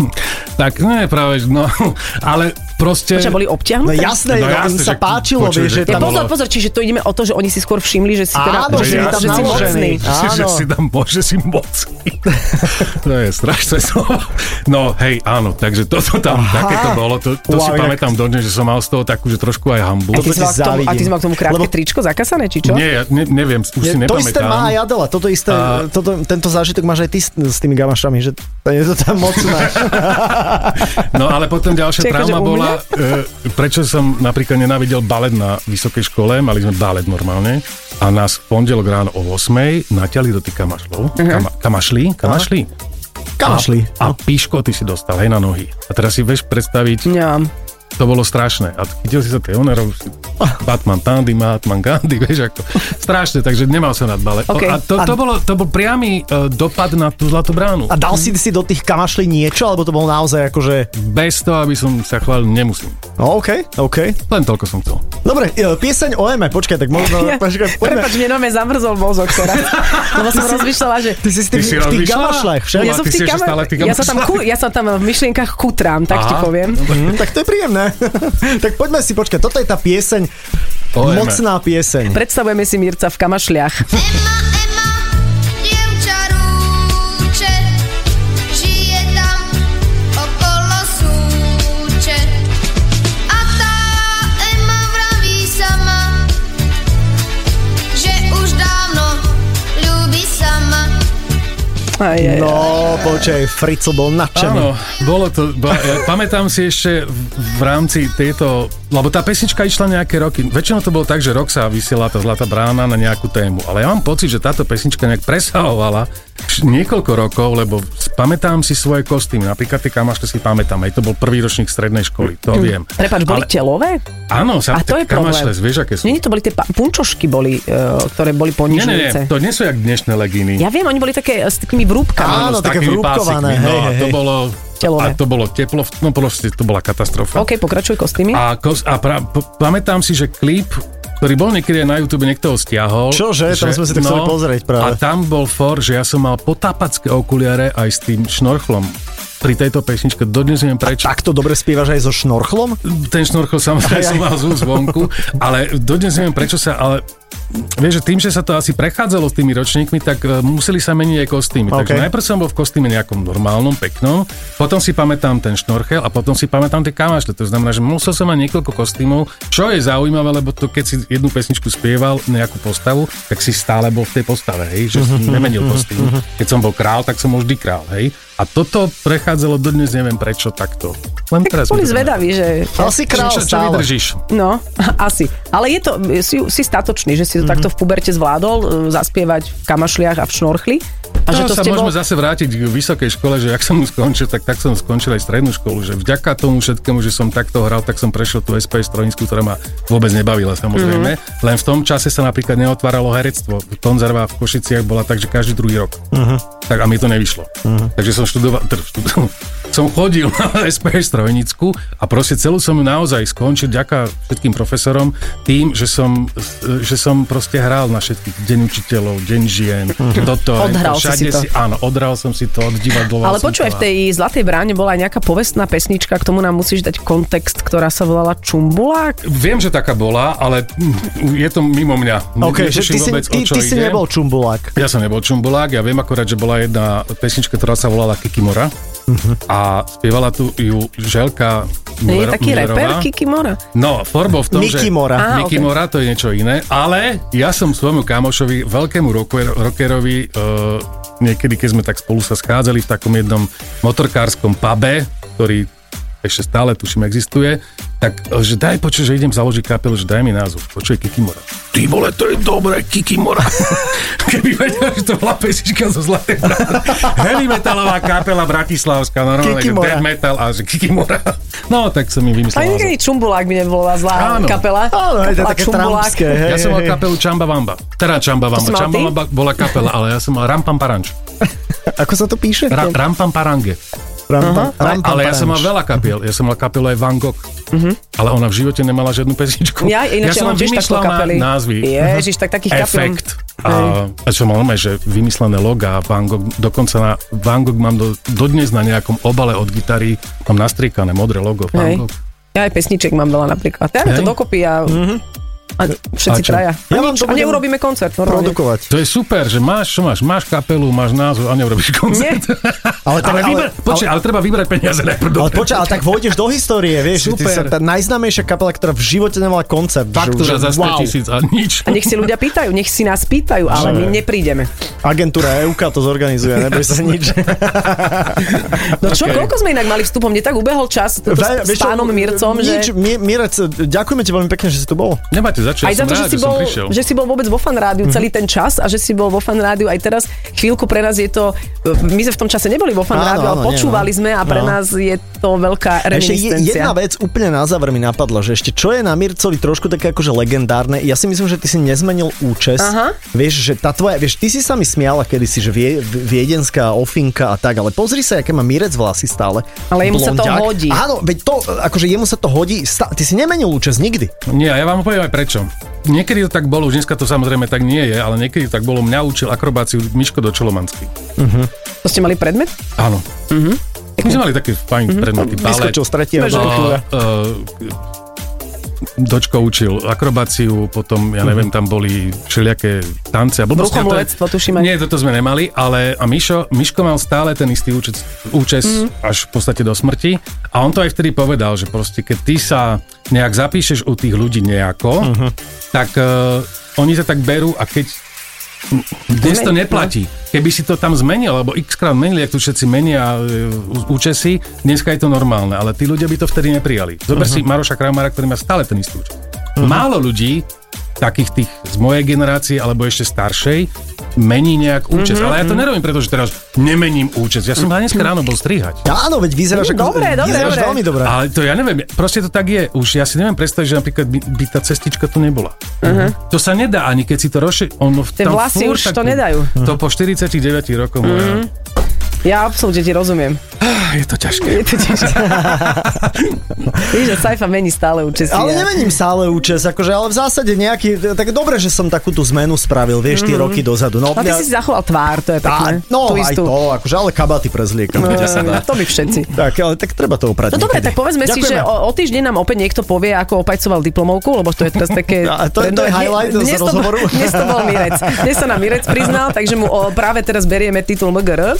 S4: tak nie, práve, že no, ale Proste...
S3: Počkaj, boli
S2: No
S3: obťahnuté?
S2: jasné, no,
S4: No
S2: im
S4: jasné,
S2: sa
S4: že-
S2: páčilo,
S4: počuj,
S2: vieš, že
S3: Ja
S4: že
S2: tam...
S4: bolo-
S3: pozor, pozor, čiže to ideme o to, že oni si skôr všimli, že si teda...
S2: Áno,
S3: že,
S2: že je tam
S3: že si
S2: naložený.
S3: mocný.
S4: Že, že si tam môže si mocný. to je strašné slovo. No hej, áno, takže toto tam, Aha. také to bolo. To, to
S2: Wow,
S4: si
S2: inak-
S4: pamätám dodnes, že som mal z toho takú, že trošku aj hambu.
S3: A ty,
S2: Toto ti
S3: si mal k tomu, a ty
S2: závidím.
S3: si mal k tomu krátke
S2: Lebo-
S3: tričko zakasané, či čo?
S4: Nie, ja ne, neviem, už si
S2: to isté
S4: nepamätám.
S2: má aj Adela, toto isté,
S4: A-
S2: toto, tento zážitok máš aj ty s, s tými gamašami, že to je to tam mocné.
S4: No ale potom ďalšia
S3: Čiže akože
S4: trauma
S3: u mňa?
S4: bola, e, prečo som napríklad nenávidel balet na vysokej škole, mali sme balet normálne a nás v pondelok ráno o 8 natiali do tých
S2: Mhm.
S4: kamašlov, uh-huh. kama,
S2: No.
S4: kamašli, kamašli.
S2: Kamašli.
S4: A, a piškoty si dostal hej na nohy. A teraz si vieš predstaviť,
S3: Ja.
S4: to bolo strašné. A chytil si sa tie onerov, Batman Tandy, Batman Gandhi, vieš ako. Strašné, takže nemal som rád bale.
S3: OK.
S4: A to, to,
S2: A-
S4: bolo, to bol priamy e, dopad na tú zlatú bránu.
S2: A dal si si do tých kamašlí niečo, alebo to bolo naozaj akože,
S4: Bez toho, aby som sa chválil, nemusím.
S2: no OK, OK.
S4: Len toľko som chcel.
S2: Dobre, e, pieseň o Eme, počkaj, tak možno,
S3: Ja,
S2: počkaj, poďme.
S3: Prepač, mne nome zamrzol mozog teraz. Lebo som rozmýšľala, že...
S2: Ty si s tým,
S4: Ty si
S2: v tých
S4: rozmýšľala?
S2: gamašlách však?
S4: Ja
S3: Ja som,
S4: No, ty
S3: v
S4: si
S3: tých
S4: ešte stále
S3: kamer...
S4: v tých
S3: ja, sa tam ku...
S4: kamerách.
S3: ja sa tam v myšlienkach kutrám, tak
S4: Aha.
S3: ti poviem.
S2: Hm, tak to je príjemné. tak poďme si, počkaj, toto je tá pieseň,
S4: O Eme.
S2: mocná pieseň.
S3: Predstavujeme si Mirca v kamašliach.
S8: Ema, Ema, dievča rúče, žije tam okolo súče. A tá Ema vraví sama, že už dávno ľúbi sama.
S3: Aj, aj, aj.
S2: No, počkaj, Frico bol nadšený.
S4: Áno, bolo to, ba, ja pamätám si ešte v, v rámci tejto, lebo tá pesnička išla nejaké roky, väčšinou to bolo tak, že rok sa vysiela tá Zlatá brána na nejakú tému, ale ja mám pocit, že táto pesnička nejak presahovala vš- niekoľko rokov, lebo s- pamätám si svoje kostýmy, napríklad tie kamašle si pamätám, aj to bol prvý ročník strednej školy, to viem.
S3: Prepač, boli
S4: Ale-
S3: telové?
S4: Áno,
S3: A
S4: sa,
S3: to je problém.
S4: kamašle, vieš, aké sú.
S3: Nie, nie, to boli tie pa- punčošky, boli, eh, ktoré boli
S4: nie, nie, nie,
S3: ponižujúce.
S4: to nie sú jak dnešné legíny.
S3: Ja viem, oni boli také eh, s takými vrúbkami.
S2: Áno,
S4: s
S2: také
S4: takými
S2: vrúbkované,
S4: pásikmi. No,
S2: hej,
S4: a
S2: hej,
S4: to
S2: hej.
S4: bolo,
S3: Telové.
S4: a to bolo teplo, v- no proste to bola katastrofa.
S3: OK, pokračuj kostýmy.
S4: A, kos, a pra, p- pamätám si, že klip, ktorý bol niekedy aj na YouTube, niekto ho stiahol. no,
S2: Čože? Tam sme si to chceli pozrieť práve.
S4: A tam bol for, že ja som mal potápacké okuliare aj s tým šnorchlom pri tejto pesničke. Dodnes neviem prečo.
S2: Takto dobre spievaš aj so šnorchlom?
S4: Ten šnorchol samozrejme
S2: Aj, aj.
S4: som mal zú zvonku, ale dodnes neviem prečo sa, ale Vieš, že tým, že sa to asi prechádzalo s tými ročníkmi, tak e, museli sa meniť aj kostýmy. Okay. Takže
S2: OK.
S4: najprv som bol v kostýme nejakom normálnom, peknom, potom si pamätám ten šnorchel a potom si pamätám tie kamašle. To znamená, že musel som mať niekoľko kostýmov, čo je zaujímavé, lebo to keď si jednu pesničku spieval, nejakú postavu, tak si stále bol v tej postave, hej, že si
S2: Mhm,
S4: nemenil kostým. Keď som bol král, tak som bol vždy král, hej. A toto prechádzalo dodnes, neviem prečo takto. Len
S3: Tak
S4: teraz mi
S3: boli
S4: to
S3: zvedaví, že...
S2: Ale si král
S4: čo, čo, čo
S2: stále.
S4: vydržíš?
S3: No, asi. Ale je to, e, si, si statočný, že si to
S4: Mhm.
S3: takto v puberte zvládol, e, zaspievať v kamašliach a v šnorchli. A že
S4: A
S3: to
S4: to
S3: s
S4: sa
S3: tebou...
S4: môžeme zase vrátiť k vysokej škole, že ak som ju skončil, tak, tak som skončil aj strednú školu, že vďaka tomu všetkému, že som takto hral, tak som prešiel tú SPS trojnicu, ktorá ma vôbec nebavila samozrejme.
S3: Mhm.
S4: Mm-hmm. Len v tom čase sa napríklad neotváralo herectvo. Konzerva v Košiciach bola tak, že každý druhý rok. Mm-hmm. Tak a mi to nevyšlo. Mm-hmm. Takže som študoval, tr, študoval, som chodil na SPS trojnicu a proste celú som ju naozaj skončil vďaka všetkým profesorom tým, že som, že som proste hral na všetkých deň učiteľov, deň žien, toto,
S3: Odhral si si
S4: všade
S3: to.
S4: Áno, odral som si to, oddivadloval
S3: Ale
S4: som
S3: počúvaj,
S4: to.
S3: v tej Zlatej bráne bola aj nejaká povestná pesnička, k tomu nám musíš dať kontext, ktorá sa volala Čumbulák.
S4: Viem, že taká bola, ale mm, je to mimo mňa. Ne-
S2: OK, že
S4: netuším
S2: ty si,
S4: vôbec, o
S2: ty,
S4: čo
S2: ty si
S4: ide.
S2: nebol čumbulák.
S4: Ja som nebol čumbulák, ja viem akorát, že bola jedna pesnička, ktorá sa volala Kikimora a spievala tu ju Želka
S3: Nie Mhm. je
S4: Müller-
S3: taký reper
S4: Müllerová.
S3: Kiki Mora?
S4: No, Forbo v tom, že...
S2: Mikimora.
S3: Á,
S4: Mickey
S3: ok.
S4: Mora, to je niečo iné, ale ja som svojmu kamošovi, veľkému rocker, rockerovi, uh, niekedy, keď sme tak spolu sa schádzali v takom jednom motorkárskom pube, ktorý ešte stále, tuším, existuje, tak, e, že daj počuť, že idem založiť kapelu, že daj mi názov, počuje Kikimora. Ty vole, to je dobré, Kikimora. Keby vedel, že to bola pesička zo Zlatej brány. Heavy metalová kapela bratislavská, normálne, že
S2: Kikimora.
S4: death metal a že Kikimora. No, tak som im vymyslel
S3: Aj
S4: názov.
S3: niekedy Čumbulák by nebola zlá
S4: Áno.
S3: kapela.
S2: Áno, je to
S3: Kapela
S2: také
S3: Čumbulák.
S2: trampské, hej.
S4: Ja som mal
S2: hej.
S4: kapelu Čamba Vamba. Teda Čamba Vamba.
S3: si mal
S4: Čamba
S3: ty?
S4: Vamba bola kapela, ale ja som mal Rampam Paranč.
S2: Ako sa to píše?
S4: Ra, rampam Parange.
S2: Rampam, rampam,
S4: ale ja som mal
S2: paranč.
S4: veľa kapiel. Ja som mal kapelu aj Van Gogh. Ale ona v živote nemala žiadnu pesničku.
S3: Mhm. Ja ináč ja
S4: som
S3: mám
S4: len
S3: tiež takto
S4: vymýšľal na-
S3: kapely.
S4: názvy.
S3: Ježiš, tak takých kapiel.
S4: Efekt. A, a čo mám normálne, že vymyslené logá Van Gogh, dokonca na Van Gogh mám do, dodnes na nejakom obale od gitary, mám nastriekané modré logo Van
S3: Hej.
S4: Gogh.
S3: Ja aj pesniček mám veľa napríklad. Dáme to
S4: Hej.
S3: dokopy a, a všetci
S4: A čo?
S3: traja.
S2: Mhm. Ja
S3: A,
S2: vám
S3: nič,
S2: to
S3: a
S2: budem
S3: neurobíme koncert normálne.
S2: Produkovať.
S4: To je super, že máš, čo máš, máš kapelu, máš názov a neurobíš
S3: Nie, teda
S4: koncert.
S2: Ale, tak,
S4: Ale, vyber, počkaj, ale, treba vybrať peniaze najprv.
S2: Ale
S4: dobre.
S2: počkaj, ale tak vôjdeš do histórie, vieš, Super. ty
S4: Super.
S2: sa tá najznámejšia kapela, ktorá v živote nemala koncert. že- že
S4: Faktúra za 100 tisíc a nič.
S3: A nech si ľudia pýtajú, nech si nás pýtajú, ale my neprídeme.
S2: Agentúra EUK to zorganizuje, neboj sa nič.
S3: No čo, koľko sme inak mali vstupom? Mne tak ubehol čas toto
S2: Ve-
S3: s, s
S2: vieš čo,
S3: pánom Mircom,
S2: nič,
S3: že...
S2: Mi- Mirec, ďakujeme ti veľmi pekne, že si tu bol.
S4: Nemáte
S3: Aj
S4: začať,
S3: za
S4: som
S3: to,
S4: rád,
S3: že si,
S4: som
S3: bol,
S4: prišiel.
S3: že si bol vôbec vo fan
S2: Mhm.
S3: rádiu celý ten čas a že si bol vo fan rádiu aj teraz. Chvíľku pre nás je to... My sme v tom čase neboli vo fan
S2: Áno,
S3: rádiu, ale
S2: áno, nie,
S3: počúvali
S2: no.
S3: sme a pre
S2: No.
S3: nás je to veľká
S2: Ešte je-
S3: reminiscencia.
S2: jedna vec úplne na záver mi napadla, že ešte čo je na Mircovi trošku také akože legendárne, ja si myslím, že ty si nezmenil účes.
S3: Aha.
S2: Vieš, že tá tvoja, vieš, ty si sa mi smiala kedysi, že vie, viedenská ofinka a tak, ale pozri sa, aké má Mirec vlasy stále.
S3: Ale jemu sa to
S2: Blondiak.
S3: hodí.
S2: Áno, veď to, akože jemu sa to hodí, stá- ty si nemenil účes nikdy.
S4: Nie, ja vám poviem aj prečo. Niekedy to tak bolo, už dneska to samozrejme tak nie je, ale niekedy to tak bolo, mňa učil akrobáciu Miško do Čolomanský.
S3: To ste mali predmet?
S4: Áno.
S3: Mhm.
S4: My sme mali také fajn predmety, balet.
S2: Vyskočil z tretieho.
S4: Á,
S2: do-
S4: eh, Dočko učil akrobáciu, potom, ja neviem, tam boli všelijaké tance a blbosti. A to je-
S3: Rukomolectvo, tuším aj.
S4: Nie, toto sme nemali, ale a Mišo, Miško mal stále ten istý účes, účes až v podstate do smrti a on to aj vtedy povedal, že proste keď ty sa nejak zapíšeš u tých ľudí nejako, tak eh, oni sa tak berú a keď dnes to
S3: Zmeniť,
S4: neplatí. no. Keby si to tam zmenil, alebo x krát menili, ak tu všetci menia e, ú- účesy, dneska je to normálne, ale tí ľudia by to vtedy neprijali. Zober uh-huh. si Maroša Kramara, ktorý má stále ten istý účes. Uh-huh. Málo ľudí, takých tých z mojej generácie, alebo ešte staršej, mení nejak účes. Uh-huh. Ale ja to nerobím, pretože teraz nemením účes. Ja som uh-huh. dneska ráno bol strihať.
S2: Áno, veď vyzeráš ako...
S3: Mm, Dobre, dobre,
S2: vyzeráš
S3: dobre.
S2: veľmi dobre.
S4: Ale to ja neviem, proste to tak je. Už ja si neviem predstaviť, že napríklad by, by tá cestička tu nebola. Uh-huh. To sa nedá, ani keď si to roši... Ono v
S3: Mhm. Tie
S4: tam
S3: vlasy
S4: furt
S3: už
S4: tak-
S3: to nedajú. Mhm.
S4: To po 49 rokoch moja...
S3: Ja absolútne ti rozumiem.
S4: Ah, Je to
S3: Je
S4: ťažké.
S3: to tiež... Vidíš, že Saifa mení stále účestie.
S2: Ale nemením sa ale účes, akože, ale v zásade nejaký, tak dobre, že som takú tú zmenu spravil, vieš, tie roky dozadu. No,
S3: No ty
S2: ja-
S3: si si zachoval tvár, to je
S2: Tá,
S3: pekné.
S2: no
S3: Tú
S2: aj
S3: istú.
S2: to, akože, ale kabaty prezliekam.
S3: Eh, to by všetci.
S2: Tak, ale tak treba to uprať.
S3: No dobre,
S2: niekedy.
S3: tak povedzme si, že
S2: Ďakujeme.
S3: o, o týždeň nám opäť niekto povie, ako opajcoval diplomovku, lebo to je teraz také...
S2: No, A to je- to je
S3: trendové.
S2: highlight z
S3: dnes to, bol-
S2: rozhovoru.
S3: Dnes to bol Mirec. Dnes sa nám Mirec priznal, takže mu o, práve teraz berieme titul MGR,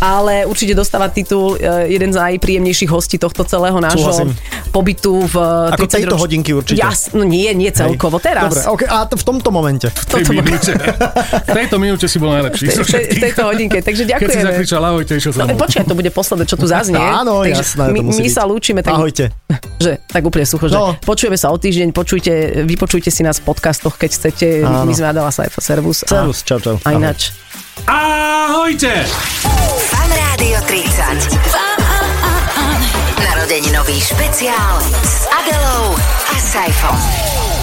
S3: ale určite dostáva titul e, jeden z najpríjemnejších hostí tohto celého nášho
S2: Súhlasím.
S3: pobytu v e, 30
S2: Ako tejto
S3: roč-
S2: hodinky určite.
S3: Jas, no nie, nie
S2: Hej.
S3: celkovo, teraz.
S2: Dobre, okay, a to v tomto momente.
S4: Tej minúte. V tejto minúte si bol najlepší.
S3: v, tej,
S4: zo
S3: v
S4: všetkých.
S3: tejto hodinke, takže
S4: Keď si
S3: ďakujeme.
S4: zakričal ahojte, išiel som
S3: No,
S4: domov.
S3: počkaj, to bude posledné, čo tu zaznie.
S2: Áno,
S3: Takže
S2: jasné, to
S3: my,
S2: musí
S3: my
S2: byť.
S3: sa lúčime, tak,
S2: Ahojte.
S3: že, tak úplne sucho, že
S2: No.
S3: počujeme sa o týždeň, počujte, vypočujte si nás v podcastoch, keď chcete.
S2: Áno.
S3: My sme Adela Saifa, servus. a-
S2: Servus, čau, čau.
S3: A ináč.
S4: Ahojte!
S1: Fan Rádio 30. Narodeninový špeciál s Adelou a Saifom.